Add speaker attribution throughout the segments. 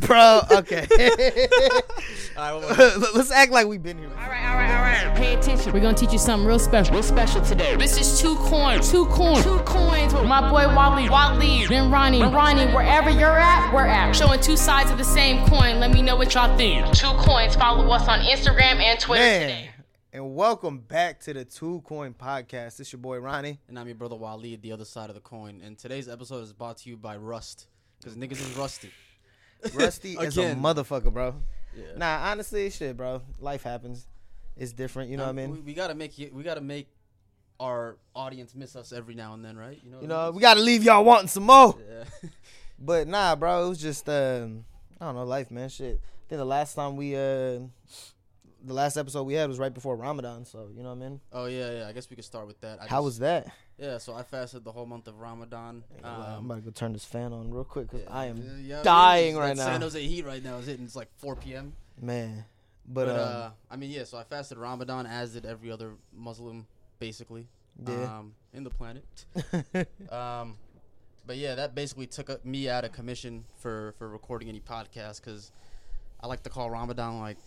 Speaker 1: Bro, okay.
Speaker 2: All right, one more.
Speaker 1: Let's act like we've been here.
Speaker 3: All right, all right, all right. Pay attention. We're gonna teach you something real special. Real special today. This is two coins. Two coins. Two coins. with My boy Wally. Wally. Then Ronnie. And Ronnie, wherever you're at, we're at. Showing two sides of the same coin. Let me know what y'all think. Two coins. Follow us on Instagram and Twitter
Speaker 1: Man.
Speaker 3: today.
Speaker 1: And welcome back to the Two Coin Podcast. It's your boy Ronnie.
Speaker 2: And I'm your brother Wally, the other side of the coin. And today's episode is brought to you by Rust, because niggas is rusty.
Speaker 1: Rusty is a
Speaker 2: Again.
Speaker 1: motherfucker, bro.
Speaker 2: Yeah.
Speaker 1: Nah, honestly, shit, bro. Life happens. It's different, you know what I
Speaker 2: We,
Speaker 1: mean?
Speaker 2: we gotta make you, we gotta make our audience miss us every now and then, right?
Speaker 1: You know,
Speaker 2: niggas-
Speaker 1: we gotta leave y'all wanting some more.
Speaker 2: yeah.
Speaker 1: But nah, bro, it was just um, I don't know, life, man. Shit. I think the last time we uh, the last episode we had was right before Ramadan, so you know what I mean.
Speaker 2: Oh yeah, yeah. I guess we could start with that. I
Speaker 1: How
Speaker 2: just-
Speaker 1: was that?
Speaker 2: Yeah, so I fasted the whole month of Ramadan.
Speaker 1: I'm
Speaker 2: Um,
Speaker 1: about to go turn this fan on real quick because I am
Speaker 2: yeah, yeah, man,
Speaker 1: dying
Speaker 2: that
Speaker 1: right now,
Speaker 2: San Jose heat right now is hitting. It's like 4 p.m.
Speaker 1: man. But,
Speaker 2: But
Speaker 1: um,
Speaker 2: uh, I mean, yeah. So I fasted Ramadan, as did every other Muslim, basically.
Speaker 1: Yeah.
Speaker 2: Um, in the planet. um, but yeah, that basically took uh, me out of commission for for recording any podcast because I like to call Ramadan like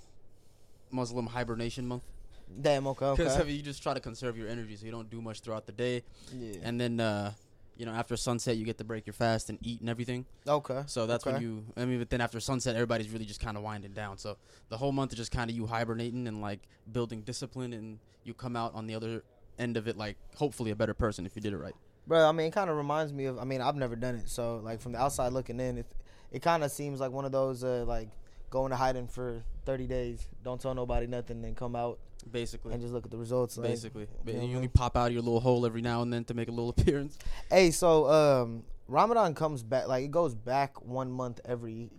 Speaker 2: Muslim hibernation month
Speaker 1: damn, okay,
Speaker 2: because
Speaker 1: okay.
Speaker 2: you just try to conserve your energy so you don't do much throughout the day,
Speaker 1: Yeah.
Speaker 2: and then uh, you know after sunset you get to break your fast and eat and everything.
Speaker 1: okay.
Speaker 2: So that's when
Speaker 1: Okay.
Speaker 2: you. I mean, but then after sunset, everybody's really just kind of winding down. So the whole month is just kind of you hibernating and like building discipline, and you come out on the other end of it like hopefully a better person if you did it right.
Speaker 1: Bro, I mean, it kind of reminds me of. I mean, I've never done it, so like from the outside looking in, it it kind of seems like one of those uh, like going to hiding for thirty days, don't tell nobody nothing, then come out
Speaker 2: Basically,
Speaker 1: and just look at the results. like,
Speaker 2: basically, Ba-
Speaker 1: you know what
Speaker 2: you
Speaker 1: I
Speaker 2: only
Speaker 1: mean?
Speaker 2: pop out of your little hole every now and then to make a little appearance.
Speaker 1: Hey, so um, Ramadan comes back, like it goes back one month every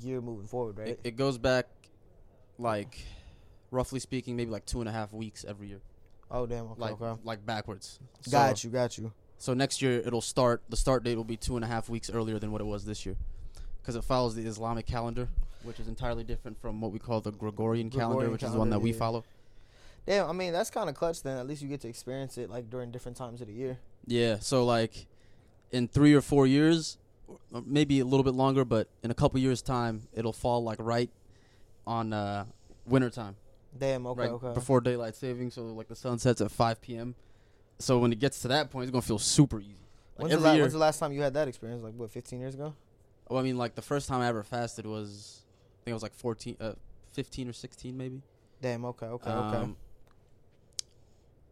Speaker 1: year moving forward, right?
Speaker 2: It, it goes back, like, roughly speaking, maybe like two and a half weeks every year,
Speaker 1: oh damn, okay,
Speaker 2: like
Speaker 1: okay.
Speaker 2: like backwards.
Speaker 1: got
Speaker 2: So-
Speaker 1: you, got you.
Speaker 2: So next year it'll start. The start date will be two and a half weeks earlier than what it was this year, because it follows the Islamic calendar, which is entirely different from what we call the Gregorian calendar,
Speaker 1: Gregorian
Speaker 2: which is the one that
Speaker 1: calendar,
Speaker 2: we
Speaker 1: yeah.
Speaker 2: follow.
Speaker 1: Damn, I mean that's kind of clutch. Then at least you get to experience it like during different times of the year.
Speaker 2: Yeah. So like, in three or four years, or maybe a little bit longer, but in a couple years' time, it'll fall like right on uh, winter time,
Speaker 1: Damn, okay,
Speaker 2: right
Speaker 1: okay.
Speaker 2: before daylight saving. So like the sun sets at 5 p.m. So when it gets to that point, it's gonna feel super easy. Like
Speaker 1: when's, the
Speaker 2: every
Speaker 1: la-
Speaker 2: year-
Speaker 1: when's the last time you had that experience? Like what, fifteen years ago?
Speaker 2: Well, I mean, like the first time I ever fasted was, I think I was like 14, uh, 15 or 16 maybe.
Speaker 1: Damn, okay, okay, okay.
Speaker 2: Um,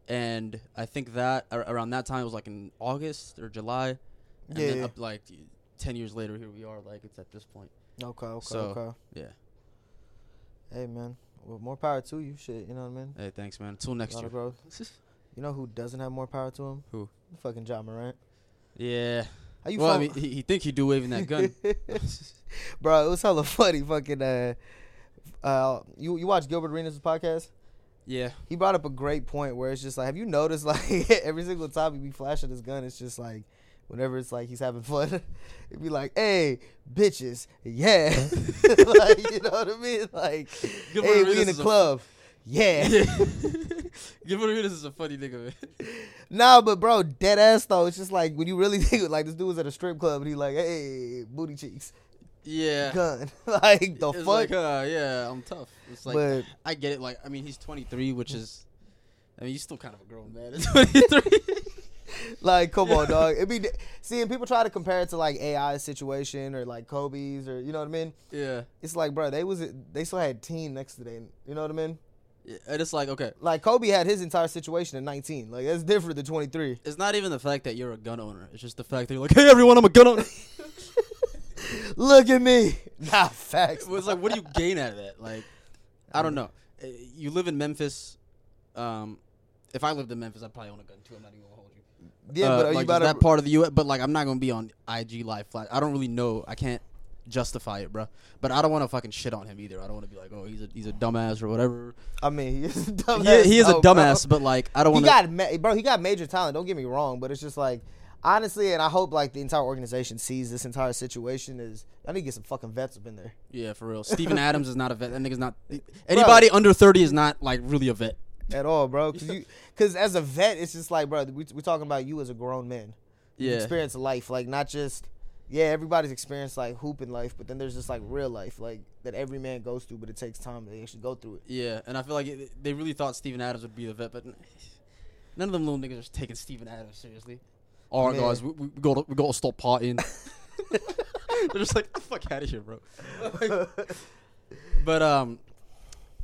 Speaker 2: And I think that ar- around that time it was like in August or July, and
Speaker 1: Yeah,
Speaker 2: then
Speaker 1: yeah.
Speaker 2: up like ten years later, here we are. Like it's at this point.
Speaker 1: Okay, okay,
Speaker 2: So-
Speaker 1: okay.
Speaker 2: Yeah.
Speaker 1: Hey man, well, more power to you. Shit, you know what I mean?
Speaker 2: Hey, thanks, man. Until next
Speaker 1: Lot
Speaker 2: year.
Speaker 1: of growth. You know who doesn't have more power to him?
Speaker 2: Who?
Speaker 1: Fucking John Morant.
Speaker 2: yeah.
Speaker 1: How you?
Speaker 2: well, I
Speaker 1: fo-
Speaker 2: mean, he, he think he do waving that gun.
Speaker 1: bro, it was hella funny. Fucking uh, uh, you you watch Gilbert Arenas' podcast?
Speaker 2: yeah.
Speaker 1: He brought up a great point where it's just like, have you noticed like every single time he be flashing his gun, it's just like. Whenever it's like he's having fun, it'd be like, "Hey, bitches, yeah," like you know what I mean? Like,
Speaker 2: Gilbert
Speaker 1: "Hey,
Speaker 2: Arenas
Speaker 1: we in the
Speaker 2: is a-
Speaker 1: club, yeah."
Speaker 2: Give it a this is a funny nigga, man.
Speaker 1: Nah, but bro, dead ass though. It's just like when you really think like this dude was at a strip club and he like, hey, booty cheeks,
Speaker 2: yeah.
Speaker 1: gun, like the
Speaker 2: it's
Speaker 1: fuck.
Speaker 2: like, uh, yeah, I'm tough. It's like
Speaker 1: But-
Speaker 2: I get it. Like I mean, he's 23, which is, I mean, he's still kind of a grown man at 23.
Speaker 1: like, come on, dog. It be seeing people try to compare it to like AI's situation or like Kobe's or you know what I mean.
Speaker 2: yeah.
Speaker 1: It's like, bro, they was they still had teen next to them. You know what I mean?
Speaker 2: Yeah, and it's like okay,
Speaker 1: Like Kobe had his entire situation at 19. Like that's different than 23.
Speaker 2: it's not even the fact that you're a gun owner. It's just the fact that you're like, hey, everyone, I'm a gun owner.
Speaker 1: Look at me. Nah, facts.
Speaker 2: it's like, what do you gain out of that? Like, I
Speaker 1: Um,
Speaker 2: don't know. Uh, You live in Memphis. Um, if I lived in Memphis, I'd probably own a gun too. I'm not even gonna hold you.
Speaker 1: Yeah,
Speaker 2: Uh,
Speaker 1: but are
Speaker 2: like,
Speaker 1: you
Speaker 2: just
Speaker 1: about
Speaker 2: that
Speaker 1: to?
Speaker 2: part of the U.S.? But like, I'm not gonna be on IG live flat. I don't really know. I can't justify it, bro. But I don't want to fucking shit on him either. I don't want to be like, oh, he's a he's a dumbass or whatever.
Speaker 1: I mean, he is a
Speaker 2: Yeah,
Speaker 1: dumbass.
Speaker 2: he is a
Speaker 1: though, bro.
Speaker 2: dumbass, but like, I don't
Speaker 1: Oh, he
Speaker 2: want to.
Speaker 1: got ma- bro. He got major talent. Don't get me wrong, but it's just like honestly, and I hope like the entire organization sees this entire situation is. I need to get some fucking vets up in there.
Speaker 2: Yeah, for real. Steven Adams is not a vet. That nigga's not. Anybody under thirty is not like really a vet.
Speaker 1: At all, bro, because you, because as a vet, it's just like, bro, we we talking about you as a grown man. You've
Speaker 2: Yeah.
Speaker 1: experienced life, like not just yeah, everybody's experienced like hoop in life, but then there's just like real life, like that every man goes through, but it takes time to actually go through it.
Speaker 2: Yeah, and I feel like it, they really thought Steven Adams would be the vet, but n- none of them little niggas are taking Steven Adams seriously. All right,
Speaker 1: Man.
Speaker 2: guys, we, we got to, we got to stop partying. They're just like, the fuck out of here, bro. but um,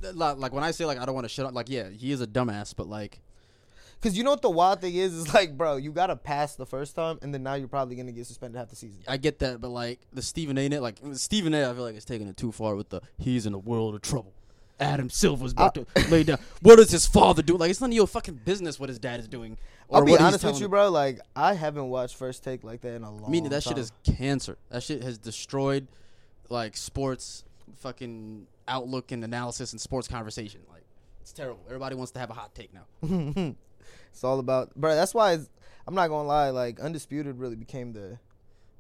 Speaker 2: th- like, like when I say like I don't want to shut up, like yeah, he is a dumbass, but like
Speaker 1: Cause you know what the wild thing is? Is like, bro, you gotta pass the first time, and then now you're probably gonna get suspended half the season.
Speaker 2: I get that, but like the Stephen A. Net, like Stephen A. I feel like is taking it too far with the he's in a world of trouble. Adam Silver's about to lay down. What does his father do? Like it's none of your fucking business what his dad is doing. or
Speaker 1: I'll be
Speaker 2: what he's
Speaker 1: honest with
Speaker 2: telling-
Speaker 1: you, bro. Like, I haven't watched First Take like that in a long.
Speaker 2: Meaning that
Speaker 1: time.
Speaker 2: shit is cancer. That shit has destroyed like sports fucking outlook and analysis and sports conversation. Like it's terrible. Everybody wants to have a hot take now.
Speaker 1: It's all about, bro. That's why it's, I'm not gonna lie. Like, Undisputed really became the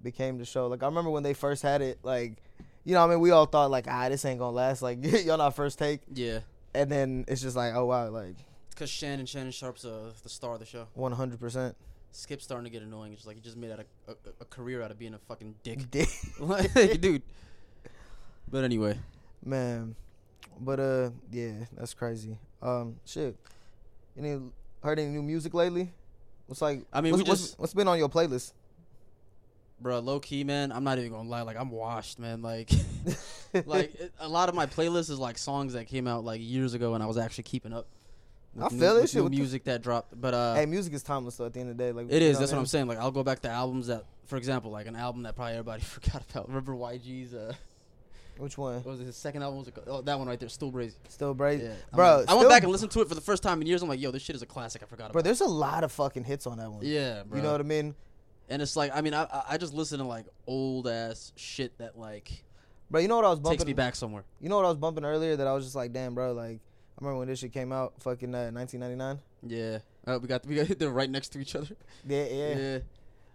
Speaker 1: became the show. Like, I remember when they first had it. Like, you know, what I mean, we all thought like, ah, this ain't gonna last. Like, y'all not First Take,
Speaker 2: yeah.
Speaker 1: and then it's just like, oh wow, like
Speaker 2: Because Shannon Shannon Sharp's uh, the star of the show.
Speaker 1: 100 percent.
Speaker 2: Skip's starting to get annoying. It's like he just made out a, a, a career out of being a fucking dick.
Speaker 1: Dick.
Speaker 2: like, dude. But anyway,
Speaker 1: Man, but uh, yeah, that's crazy. Um, shit, you any heard any new music lately? What's like?
Speaker 2: I mean,
Speaker 1: what's,
Speaker 2: we
Speaker 1: what's-
Speaker 2: just-
Speaker 1: what's been on your playlist?
Speaker 2: bro, low key, man, I'm not even gonna lie. Like, I'm washed, man. Like, like it, a lot of my playlist is like songs that came out like years ago, and I was actually keeping up. with
Speaker 1: I
Speaker 2: new-
Speaker 1: feel this
Speaker 2: with
Speaker 1: shit
Speaker 2: new
Speaker 1: with the-
Speaker 2: music that dropped, but uh,
Speaker 1: hey, music is timeless. Though at the end of the day, like
Speaker 2: it
Speaker 1: you
Speaker 2: is.
Speaker 1: know
Speaker 2: That's what
Speaker 1: I
Speaker 2: I'm
Speaker 1: mean?
Speaker 2: saying. Like, I'll go back to albums that, for example, like an album that probably everybody forgot about. Remember YG's? Uh,
Speaker 1: Which one?
Speaker 2: what was it, his second album? What Was it called? oh, that one right there, Still Brazy.
Speaker 1: Still Brazy,
Speaker 2: Yeah, I'm
Speaker 1: bro.
Speaker 2: like- I went
Speaker 1: Still-
Speaker 2: back and listened to it for the first time in years. I'm like, yo, this shit is a classic. I forgot
Speaker 1: Bro,
Speaker 2: about.
Speaker 1: there's a lot of fucking hits on that one.
Speaker 2: yeah, bro.
Speaker 1: you know what I mean,
Speaker 2: And it's like, I mean, I I- I just listen to like old ass shit that like
Speaker 1: bro. You know what I was bumping?
Speaker 2: takes me back somewhere.
Speaker 1: You know what I was bumping earlier that I was just like, damn, bro. Like I remember when this shit came out, fucking uh, 1999.
Speaker 2: Yeah, uh, we got we got hit there right next to each other.
Speaker 1: Yeah, yeah,
Speaker 2: yeah.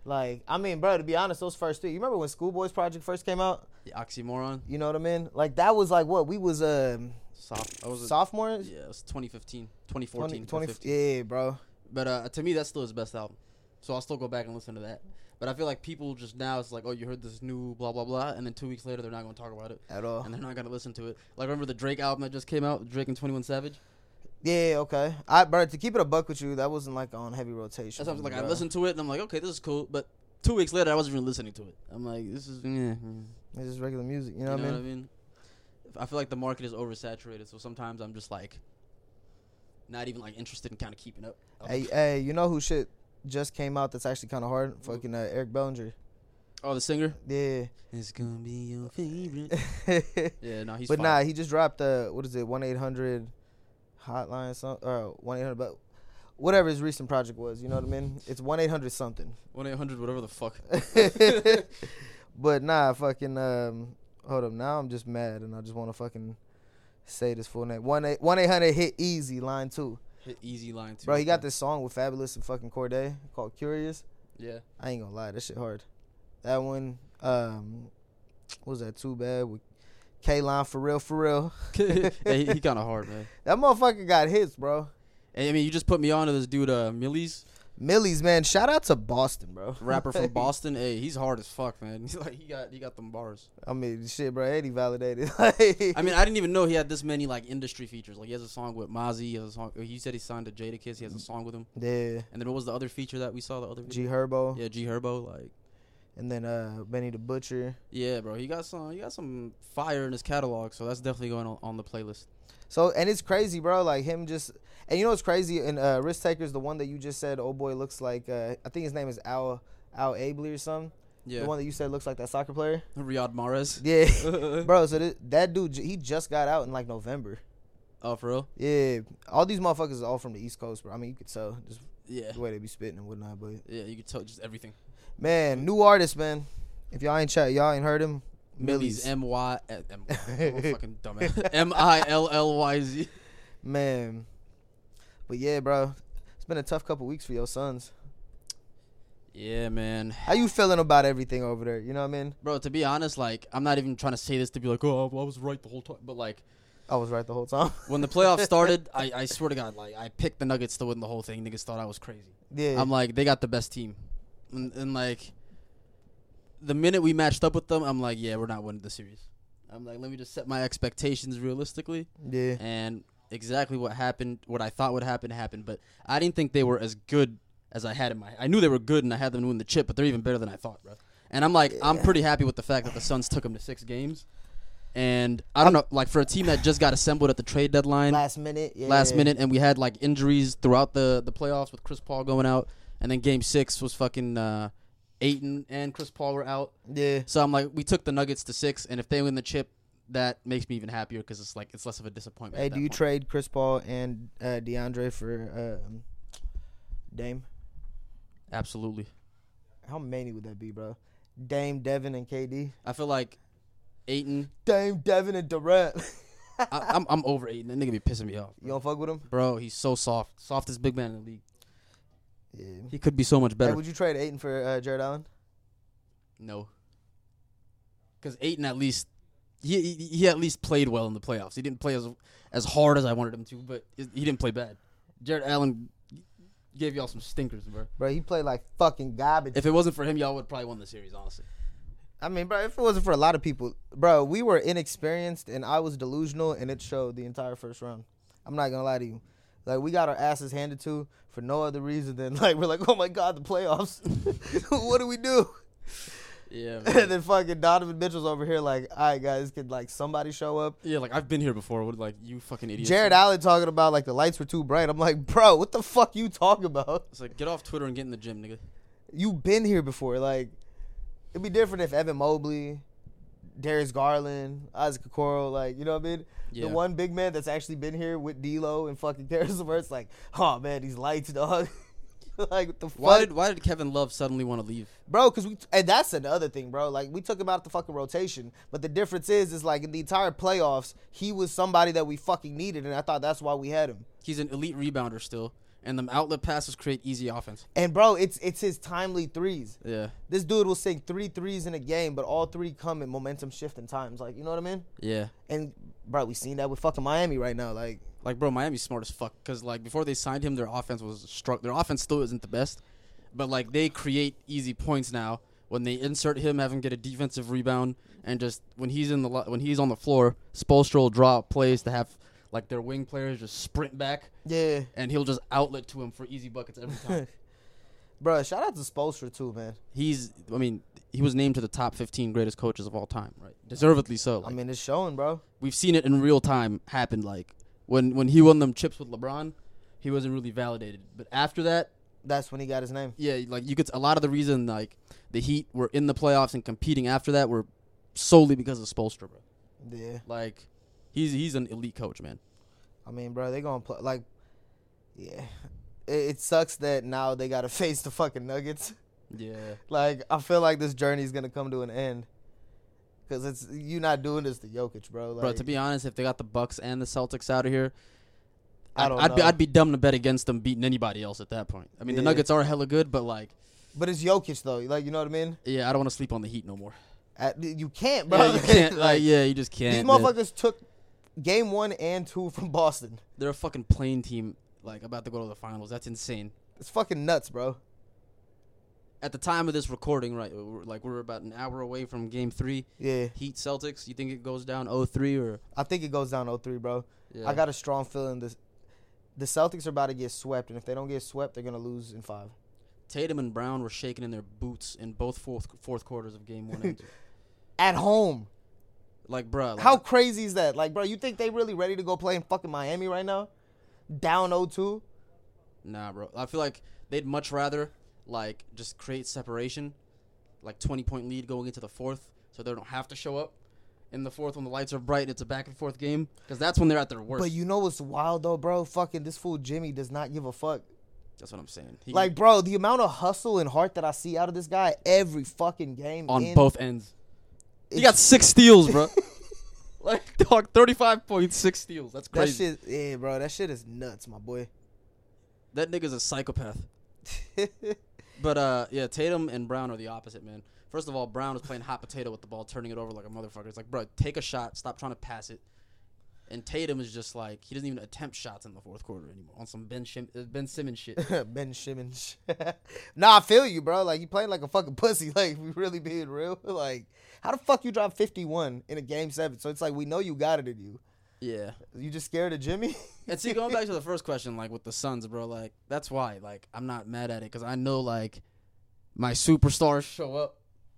Speaker 1: Like I mean, bro. To be honest, those first three. You remember when Schoolboys Project first came out?
Speaker 2: The oxymoron.
Speaker 1: You know what I mean? Like that was like what we was um
Speaker 2: Soft. I was a-
Speaker 1: sophomores.
Speaker 2: yeah, it was 2015, 2014,
Speaker 1: 20,
Speaker 2: 20,
Speaker 1: 20 yeah, bro.
Speaker 2: But uh, to me, that's still his best album. So I'll still go back and listen to that. But I feel like people just now it's like, oh, you heard this new blah blah blah, and then two weeks later they're not going to talk about it,
Speaker 1: At all.
Speaker 2: and they're not going to listen to it. Like remember the Drake album that just came out, Drake and Twenty One Savage.
Speaker 1: Yeah, okay. I bro, to keep it a buck with you, that wasn't like on heavy rotation.
Speaker 2: That's what I'm like. I
Speaker 1: bro.
Speaker 2: listened to it and I'm like, okay, this is cool. But two weeks later, I wasn't even listening to it. I'm like, this is yeah. mm.
Speaker 1: It's just regular music. You
Speaker 2: You
Speaker 1: know, what I mean?
Speaker 2: I feel like the market is oversaturated, so sometimes I'm just like not even like interested in kind of keeping up.
Speaker 1: Hey, hey, you know who shit just came out that's actually kind of hard? Fucking uh, Eric Bellinger.
Speaker 2: oh, the singer.
Speaker 1: Yeah.
Speaker 2: It's gonna be your favorite. yeah, no, he's.
Speaker 1: but
Speaker 2: fine.
Speaker 1: nah, he just dropped uh what is it? One eight hundred hotline something or one eight hundred but whatever his recent project was. You know what I mean? It's one eight hundred something.
Speaker 2: one eight hundred, whatever the fuck.
Speaker 1: But nah, fucking um hold up. Now I'm just mad and I just want to fucking say this full name. One eight one eight hundred hit easy line two.
Speaker 2: Hit easy line too.
Speaker 1: Bro, he got this song with Fabulous and fucking Corday called Curious.
Speaker 2: Yeah,
Speaker 1: I ain't gonna lie, that shit hard. That one, um what was that too bad with K line for real, for real.
Speaker 2: yeah he, he kind of hard, man.
Speaker 1: That motherfucker got hits, bro.
Speaker 2: And, I mean, you just put me on to this dude, uh, Millie's
Speaker 1: Millie's man, shout out to Boston, bro.
Speaker 2: rapper from Boston. Hey, he's hard as fuck, man. He's like, he got he got them bars.
Speaker 1: I mean, shit, bro. Eddie validated. Like,
Speaker 2: I mean, I didn't even know he had this many like industry features. Like, he has a song with Mozzie. He has a song. He said he signed to Jada Kiss. He has a song with him.
Speaker 1: yeah,
Speaker 2: And then what was the other feature that we saw? The other video?
Speaker 1: G Herbo,
Speaker 2: yeah, G Herbo. Like,
Speaker 1: and then uh Benny the Butcher.
Speaker 2: yeah, bro, he got some, he got some fire in his catalog. So that's definitely going on, on the playlist.
Speaker 1: So and it's crazy, bro. Like him just and you know what's crazy and uh, Risk Takers, the one that you just said, old boy looks like uh, I think his name is Al Al Abley or something.
Speaker 2: Yeah,
Speaker 1: The one that you said looks like that soccer player.
Speaker 2: Riyad Mahrez.
Speaker 1: Yeah, bro. So th- that dude, j- he just got out in like November.
Speaker 2: Oh, for real?
Speaker 1: Yeah, all these motherfuckers is all from the East Coast, bro. I mean, you could tell just
Speaker 2: Yeah,
Speaker 1: the way they be spitting and whatnot. But
Speaker 2: yeah, you could tell just everything.
Speaker 1: man, new artist, man. If y'all ain't chat, y'all ain't heard him.
Speaker 2: Millie's M Y eh, M I'm a fucking dumbass. M I L L Y Z.
Speaker 1: Man. But yeah, bro. It's been a tough couple weeks for your sons.
Speaker 2: Yeah, man,
Speaker 1: How you feeling about everything over there? You know what I mean?
Speaker 2: bro. To be honest, like I'm not even trying to say this to be like, oh, I was right the whole time. But like
Speaker 1: I was right the whole time.
Speaker 2: when the playoffs started, I, I swear to God, like I picked the Nuggets to win the whole thing. Niggas thought I was crazy.
Speaker 1: yeah.
Speaker 2: I'm like, they got the best team, and, and like the minute we matched up with them, I'm like, yeah, we're not winning the series. I'm like, let me just set my expectations realistically,
Speaker 1: Yeah.
Speaker 2: and exactly what happened, what I thought would happen, happened. But I didn't think they were as good as I had in my. I knew they were good, and I had them win the chip, but they're even better than I thought, bro. And I'm like, I'm pretty happy with the fact that the Suns took them to six games. And I don't know, like for a team that just got assembled at the trade deadline,
Speaker 1: Last minute. Yeah.
Speaker 2: last minute, and we had like injuries throughout the the playoffs with Chris Paul going out, and then Game Six was fucking uh, Aiton and Chris Paul were out.
Speaker 1: Yeah.
Speaker 2: So I'm like, we took the Nuggets to six, and if they win the chip, that makes me even happier because it's like it's less of a disappointment.
Speaker 1: Hey,
Speaker 2: at
Speaker 1: do
Speaker 2: that
Speaker 1: you
Speaker 2: point.
Speaker 1: trade Chris Paul and uh, DeAndre for um, Dame?
Speaker 2: Absolutely.
Speaker 1: How many would that be, bro? Dame, Devin, and KD.
Speaker 2: I feel like Aiton.
Speaker 1: Dame, Devin, and Durant.
Speaker 2: I, I'm I'm over Aiton. That nigga be pissing me off,
Speaker 1: you don't fuck with him?
Speaker 2: bro. He's so soft, softest big man in the league.
Speaker 1: Yeah.
Speaker 2: He could be so much
Speaker 1: Hey,
Speaker 2: better.
Speaker 1: would you trade Aiton for uh, Jared Allen?
Speaker 2: No. Because Aiton at least he, he he at least played well in the playoffs. He didn't play as as hard as I wanted him to, but it- he didn't play bad. Jared Allen gave y'all some stinkers, bro.
Speaker 1: Bro, he played like fucking garbage.
Speaker 2: If it wasn't for him, y'all would probably won the series, honestly.
Speaker 1: I mean, bro, if it wasn't for a lot of people, bro, we were inexperienced and I was delusional, and it showed the entire first round. I'm not gonna lie to you. Like we got our asses handed to for no other reason than like we're like, oh my god, the playoffs. what do we do?
Speaker 2: Yeah.
Speaker 1: and then fucking Donovan Mitchell's over here like, all right, guys, could like somebody show up?
Speaker 2: yeah, like I've been here before. With like you fucking idiots.
Speaker 1: Jared Allen talking about like the lights were too bright. I'm like, bro, what the fuck you talking about?
Speaker 2: It's like get off Twitter and get in the gym, nigga.
Speaker 1: You've been here before. Like, it'd be different if Evan Mobley, Darius Garland, Isaac Okoro, like, you know what I mean?
Speaker 2: Yeah.
Speaker 1: The one big man that's actually been here with D'Lo and fucking Darius Levert's like, oh man, these lights, dog. like, what the fuck?
Speaker 2: Why did why did Kevin Love suddenly want to leave?
Speaker 1: bro. Because we and that's another thing, bro. Like we took him out the fucking rotation, but the difference is, is like in the entire playoffs, he was somebody that we fucking needed, and I thought that's why we had him.
Speaker 2: He's an elite rebounder still, and them outlet passes create easy offense.
Speaker 1: And bro, it's it's his timely threes.
Speaker 2: Yeah.
Speaker 1: This dude will sink three threes in a game, but all three come in momentum shifting times. Like you know what I mean?
Speaker 2: Yeah.
Speaker 1: And bro, we seen that with fucking Miami right now. Like
Speaker 2: Like, bro, Miami's smart as fuck. Cause like before they signed him, their offense was struck. Their offense still isn't the best, but like they create easy points now when they insert him, have him get a defensive rebound, and just when he's in the lo- when he's on the floor, Spoelstra will draw up plays to have like their wing players just sprint back,
Speaker 1: yeah,
Speaker 2: and he'll just outlet to him for easy buckets every time.
Speaker 1: bro. Shout out to Spolstra too, man.
Speaker 2: he's, I mean, he was named to the top 15 greatest coaches of all time, right? Deservedly so. Like,
Speaker 1: I mean, it's showing, bro.
Speaker 2: we've seen it in real time happen. Like when when he won them chips with LeBron, he wasn't really validated, but after that.
Speaker 1: That's when he got his name.
Speaker 2: yeah, like you could a lot of the reason like the Heat were in the playoffs and competing after that were solely because of Spoelstra, bro.
Speaker 1: Yeah.
Speaker 2: Like he's he's an elite coach, man.
Speaker 1: I mean, bro, they gonna play like, yeah. It, it sucks that now they gotta face the fucking Nuggets.
Speaker 2: Yeah.
Speaker 1: Like, I feel like this journey is gonna come to an end, cause it's you not doing this to Jokic, bro. Like,
Speaker 2: Bro, to be honest, if they got the Bucks and the Celtics out of here,
Speaker 1: I
Speaker 2: I'd,
Speaker 1: don't
Speaker 2: I'd be
Speaker 1: know.
Speaker 2: I'd be dumb to bet against them beating anybody else at that point. I mean, the
Speaker 1: Yeah.
Speaker 2: Nuggets are hella good, but like,
Speaker 1: but it's Jokic though. Like, you know what I mean?
Speaker 2: yeah, I don't want to sleep on the Heat no more.
Speaker 1: At, you can't, bro.
Speaker 2: Yeah, you can't. Like, yeah, you just can't.
Speaker 1: these
Speaker 2: man.
Speaker 1: motherfuckers took game one and two from Boston.
Speaker 2: They're a fucking plane team, like about to go to the finals. That's insane.
Speaker 1: It's fucking nuts, bro.
Speaker 2: At the time of this recording, right, we're- like we're about an hour away from Game Three.
Speaker 1: Yeah,
Speaker 2: Heat Celtics, you think it goes down 0-3 or
Speaker 1: I think it goes down 0-3, bro.
Speaker 2: yeah.
Speaker 1: I got a strong feeling this. The Celtics are about to get swept, and if they don't get swept, they're gonna lose in five.
Speaker 2: Tatum and Brown were shaking in their boots in both fourth fourth quarters of game 1 and 2.
Speaker 1: At home,
Speaker 2: Like bruh, like,
Speaker 1: How crazy is that? Like, bro, you think they really ready to go play in fucking Miami right now? Down 0-2?
Speaker 2: Nah, bro. I feel like they'd much rather like just create separation, like 20 point lead going into the fourth so they don't have to show up in the fourth when the lights are bright and it's a back and forth game cuz that's when they're at their worst.
Speaker 1: But you know what's wild though, bro? Fucking this fool Jimmy does not give a fuck.
Speaker 2: that's what I'm saying. He,
Speaker 1: Like, bro, the amount of hustle and heart that I see out of this guy every fucking game
Speaker 2: on
Speaker 1: in-
Speaker 2: both ends. He
Speaker 1: it's-
Speaker 2: got 6 steals, bro. like dog 35.6 steals. That's
Speaker 1: that
Speaker 2: crazy.
Speaker 1: shit. Yeah, bro, that shit is nuts, my boy.
Speaker 2: That nigga's a psychopath. But uh, yeah, Tatum and Brown are the opposite, man. First of all, Brown is playing hot potato with the ball, turning it over like a motherfucker. It's like, bro, take a shot, stop trying to pass it, And Tatum is just like he doesn't even attempt shots in the fourth quarter anymore on some Ben Shim- uh, Ben Simmons shit.
Speaker 1: ben Simmons. nah, I feel you, bro. Like you playing like a fucking pussy. Like we really being real. Like how the fuck you drop fifty one in a game seven? So it's like we know you got it in you.
Speaker 2: yeah.
Speaker 1: You just scared of Jimmy.
Speaker 2: And see, going back to the first question, like with the Suns, bro, like that's why, like I'm not mad at it because I know like my superstars show up.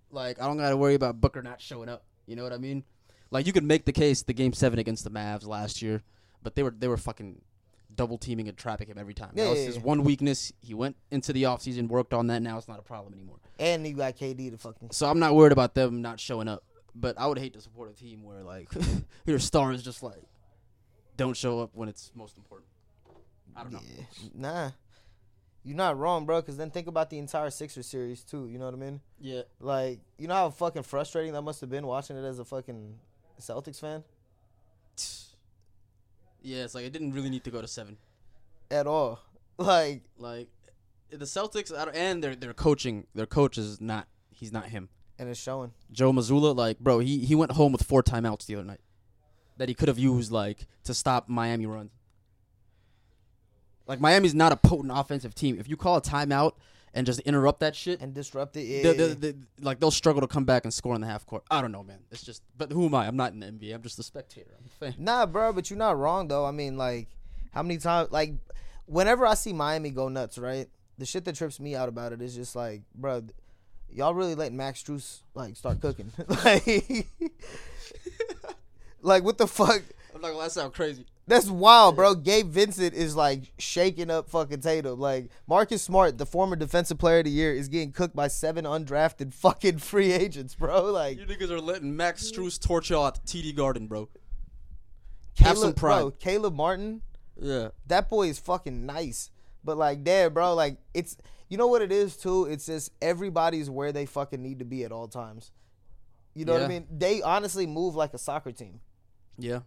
Speaker 2: Like I don't gotta worry about Booker not showing up. You know what I mean? Like you could make the case the game seven against the Mavs last year, but they were they were fucking double teaming and trapping him every time.
Speaker 1: Yeah,
Speaker 2: that was
Speaker 1: yeah,
Speaker 2: his
Speaker 1: yeah.
Speaker 2: one weakness. He went into the offseason, worked on that. Now it's not a problem anymore.
Speaker 1: and you got KD to fucking.
Speaker 2: So I'm not worried about them not showing up. But I would hate to support a team where like your star is just like don't show up when it's most important. I don't know.
Speaker 1: Yeah. Nah, you're not wrong, bro. Because then think about the entire Sixers series too. You know what I mean?
Speaker 2: Yeah.
Speaker 1: Like you know how fucking frustrating that must have been watching it as a fucking Celtics fan
Speaker 2: Yeah, it's like it didn't really need to go to seven.
Speaker 1: at all. Like
Speaker 2: Like the Celtics, I don't, and their their coaching, their coach is not he's not him.
Speaker 1: and it's showing.
Speaker 2: Joe Mazzulla, like bro, he he went home with four timeouts the other night that he could have used like to stop Miami runs. Like Miami's not a potent offensive team. If you call a timeout and just interrupt that shit,
Speaker 1: and disrupt it. Yeah,
Speaker 2: they- they- they- like they'll struggle to come back and score in the half court. I don't know, man. It's just, but who am I? I'm not in the NBA. I'm just a spectator. I'm a fan.
Speaker 1: Nah, bro, but you're not wrong though. I mean, like, how many times? Like, whenever I see Miami go nuts, right? The shit that trips me out about it is just like, bro, y'all really letting Max Struess like start cooking, like, like what the fuck?
Speaker 2: I'm not gonna. That sound crazy.
Speaker 1: That's wild, bro. Gabe Vincent is like shaking up fucking Tatum. Like Marcus Smart, the former defensive player of the year, is getting cooked by seven undrafted fucking free agents, bro. Like
Speaker 2: You niggas are letting Max Struess torch y'all at the TD Garden, bro. Have
Speaker 1: Caleb,
Speaker 2: some pride.
Speaker 1: bro, Caleb Martin,
Speaker 2: Yeah.
Speaker 1: that boy is fucking nice. But like, damn, bro, like it's you know what it is too. It's just everybody's where they fucking need to be at all times. You know what I
Speaker 2: Yeah.
Speaker 1: mean? They honestly move like a soccer team.
Speaker 2: Yeah.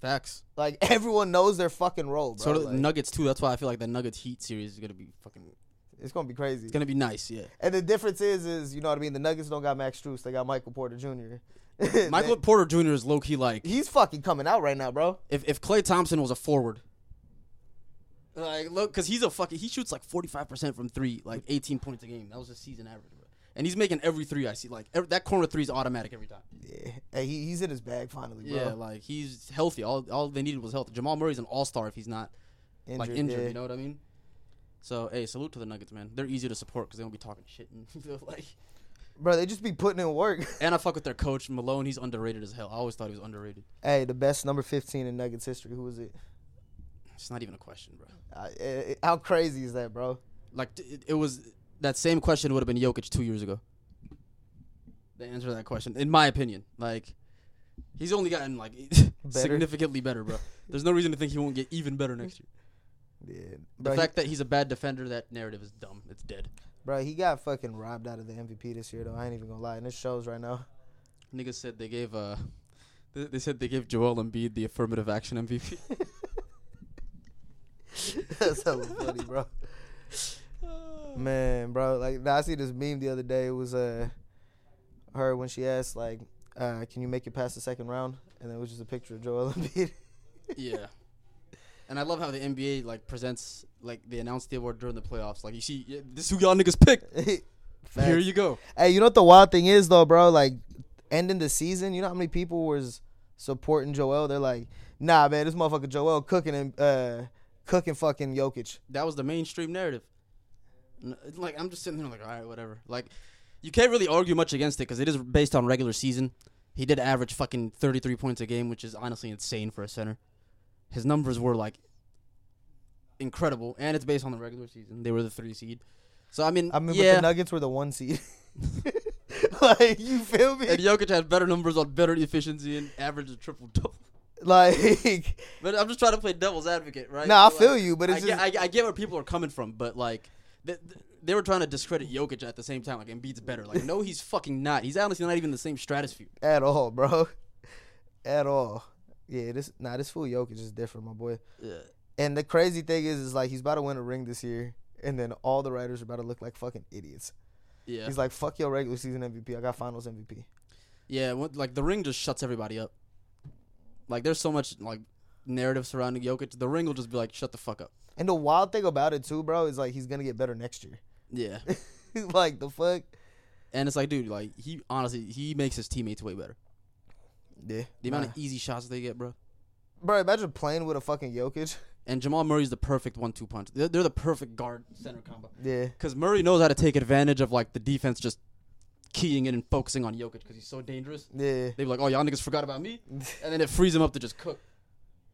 Speaker 2: Facts.
Speaker 1: Like everyone knows their fucking role, bro.
Speaker 2: So do the
Speaker 1: Like,
Speaker 2: Nuggets too. That's why I feel like the Nuggets Heat series is gonna be fucking. It's
Speaker 1: it's gonna be crazy.
Speaker 2: gonna be nice. Yeah.
Speaker 1: and the difference is, is you know what I mean? The Nuggets don't got Max Struess; they got Michael Porter Jr. They-
Speaker 2: Michael Porter Jr. is low key like
Speaker 1: he's fucking coming out right now, bro.
Speaker 2: if if Clay Thompson was a forward. Like look, because he's a fucking he shoots like forty five percent from three, like eighteen points a game. That was his season average, bro. And he's making every three I see. Like every, that corner three is automatic every time.
Speaker 1: Yeah, Hey, he, he's in his bag finally, bro.
Speaker 2: Yeah, like he's healthy. All all they needed was health. Jamal Murray's an all star if he's not like injured.
Speaker 1: yeah.
Speaker 2: You know what I mean? So hey, salute to the Nuggets, man. They're easy to support because they don't be talking shit and like.
Speaker 1: bro. They just be putting in work.
Speaker 2: And I fuck with their coach Malone. He's underrated as hell. I always thought he was underrated.
Speaker 1: hey, the best number fifteen in Nuggets history. Who was it?
Speaker 2: It's not even a question, bro.
Speaker 1: Uh, eh, how crazy is that, bro?
Speaker 2: Like t- it, it was that same question would have been Jokic two years ago. The answer to that question, in my opinion, like he's only gotten like significantly better, bro. There's no reason to think he won't get even better next year.
Speaker 1: Yeah,
Speaker 2: The
Speaker 1: bro,
Speaker 2: fact that he's a bad defender, that narrative is dumb. It's dead.
Speaker 1: he, bro, he got fucking robbed out of the MVP this year, though. I ain't even gonna lie, and it shows right now.
Speaker 2: Niggas said they gave uh, they, they said they gave Joel Embiid the affirmative action MVP.
Speaker 1: That's hella funny, bro. Man, bro, like nah, I see this meme the other day. It was uh, her when she asked like, uh, "Can you make it past the second round?" And then it was just a picture of Joel Embiid.
Speaker 2: yeah. And I love how the NBA like presents like they announce the award during the playoffs. Like you see, "Yeah, this is who y'all niggas picked. Here
Speaker 1: Facts.
Speaker 2: you go.
Speaker 1: Hey, you know what the wild thing is though, bro? Like ending the season, you know how many people was supporting Joel? They're like, "Nah, man, this motherfucker Joel cooking and uh, cooking fucking Jokic."
Speaker 2: That was the mainstream narrative. N- Like I'm just sitting there like, all right, whatever. Like you can't really argue much against it because it is based on regular season. He did average fucking 33 points a game, which is honestly insane for a center. His numbers were like incredible, and it's based on the regular season. They were the three seed. So I mean,
Speaker 1: I mean,
Speaker 2: yeah,
Speaker 1: but the Nuggets were the one seed. like you feel
Speaker 2: and
Speaker 1: me?
Speaker 2: Jokic had better numbers on better efficiency and average of triple double.
Speaker 1: Like
Speaker 2: But I'm just trying to play devil's advocate, right?
Speaker 1: Nah, I
Speaker 2: Like,
Speaker 1: feel you, but
Speaker 2: I
Speaker 1: it's
Speaker 2: get, I, I get where people are coming from, but like. They, they were trying to discredit Jokic at the same time, like Embiid's better. Like, no, he's fucking not. He's honestly not even in the same stratosphere.
Speaker 1: at all, bro. At all. Yeah, this nah, this fool Jokic is different, my boy.
Speaker 2: Yeah.
Speaker 1: And the crazy thing is, is like he's about to win a ring this year, and then all the writers are about to look like fucking idiots.
Speaker 2: Yeah,
Speaker 1: He's like, "Fuck your regular season MVP. I got Finals MVP."
Speaker 2: yeah. what- Like the ring just shuts everybody up. Like there's so much like narrative surrounding Jokic, the ring will just be like, shut the fuck up.
Speaker 1: And the wild thing about it too, bro, is like he's gonna get better next year.
Speaker 2: Yeah.
Speaker 1: like the fuck.
Speaker 2: and it's like, dude, like he honestly he makes his teammates way better.
Speaker 1: Yeah.
Speaker 2: The amount of easy shots they get, bro.
Speaker 1: Bro, imagine playing with a fucking Jokic.
Speaker 2: And Jamal Murray's the perfect one-two punch. They're, they're the perfect guard center combo.
Speaker 1: Yeah.
Speaker 2: Because Murray knows how to take advantage of like the defense just keying in and focusing on Jokic because he's so dangerous.
Speaker 1: Yeah.
Speaker 2: They be like, oh y'all niggas forgot about me, and then it frees him up to just cook.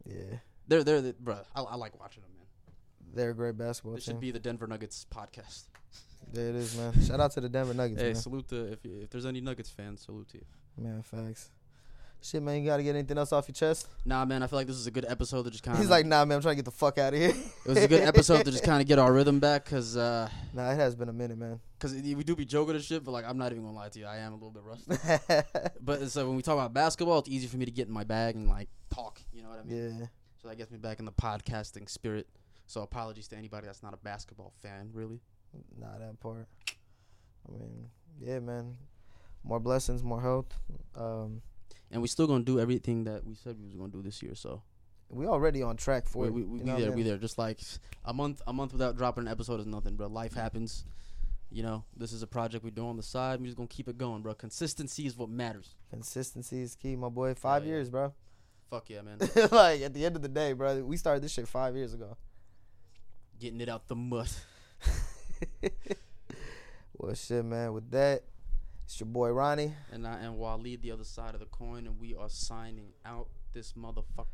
Speaker 1: Yeah.
Speaker 2: They're they're the, bro. I, I like watching them, man.
Speaker 1: They're a great basketball
Speaker 2: This
Speaker 1: team.
Speaker 2: should be the Denver Nuggets podcast.
Speaker 1: There it is, man. Shout out to the Denver Nuggets,
Speaker 2: Hey, salute to if if there's any Nuggets fans, salute to you.
Speaker 1: man. Man, facts. Shit, man, you gotta get anything else off your chest?
Speaker 2: Nah, man, I feel like this is a good episode to just kind of.
Speaker 1: He's like, nah, man, I'm trying to get the fuck out of here.
Speaker 2: it was a good episode to just kind of get our rhythm back, cause uh,
Speaker 1: nah, it has been a minute, man.
Speaker 2: cause it- we do be joking and shit, but like I'm not even gonna lie to you, I am a little bit rusty. but so when we talk about basketball, it's easy for me to get in my bag and like talk. You know what I mean?
Speaker 1: yeah.
Speaker 2: So that gets me back in the podcasting spirit. So apologies to anybody that's not a basketball fan, really.
Speaker 1: Nah, that part. I mean, yeah, man. More blessings, more health. Um,
Speaker 2: And we still gonna do everything that we said we was gonna do this year. So
Speaker 1: we already on track for
Speaker 2: we
Speaker 1: it.
Speaker 2: we, we,
Speaker 1: you
Speaker 2: we
Speaker 1: know what I
Speaker 2: there, we
Speaker 1: mean?
Speaker 2: there. Just like a month, a month without dropping an episode is nothing, bro. Life happens. You know, this is a project we do on the side. We just gonna keep it going, bro. Consistency is what matters.
Speaker 1: Consistency is key, my boy. Five
Speaker 2: yeah.
Speaker 1: years, bro.
Speaker 2: Fuck yeah, man.
Speaker 1: like at the end of the day, bro, we started this shit five years ago.
Speaker 2: Getting it out the mud.
Speaker 1: Well, shit, man. With that, it's your boy Ronnie.
Speaker 2: And I am Waleed, the other side of the coin, and we are signing out this motherfucker.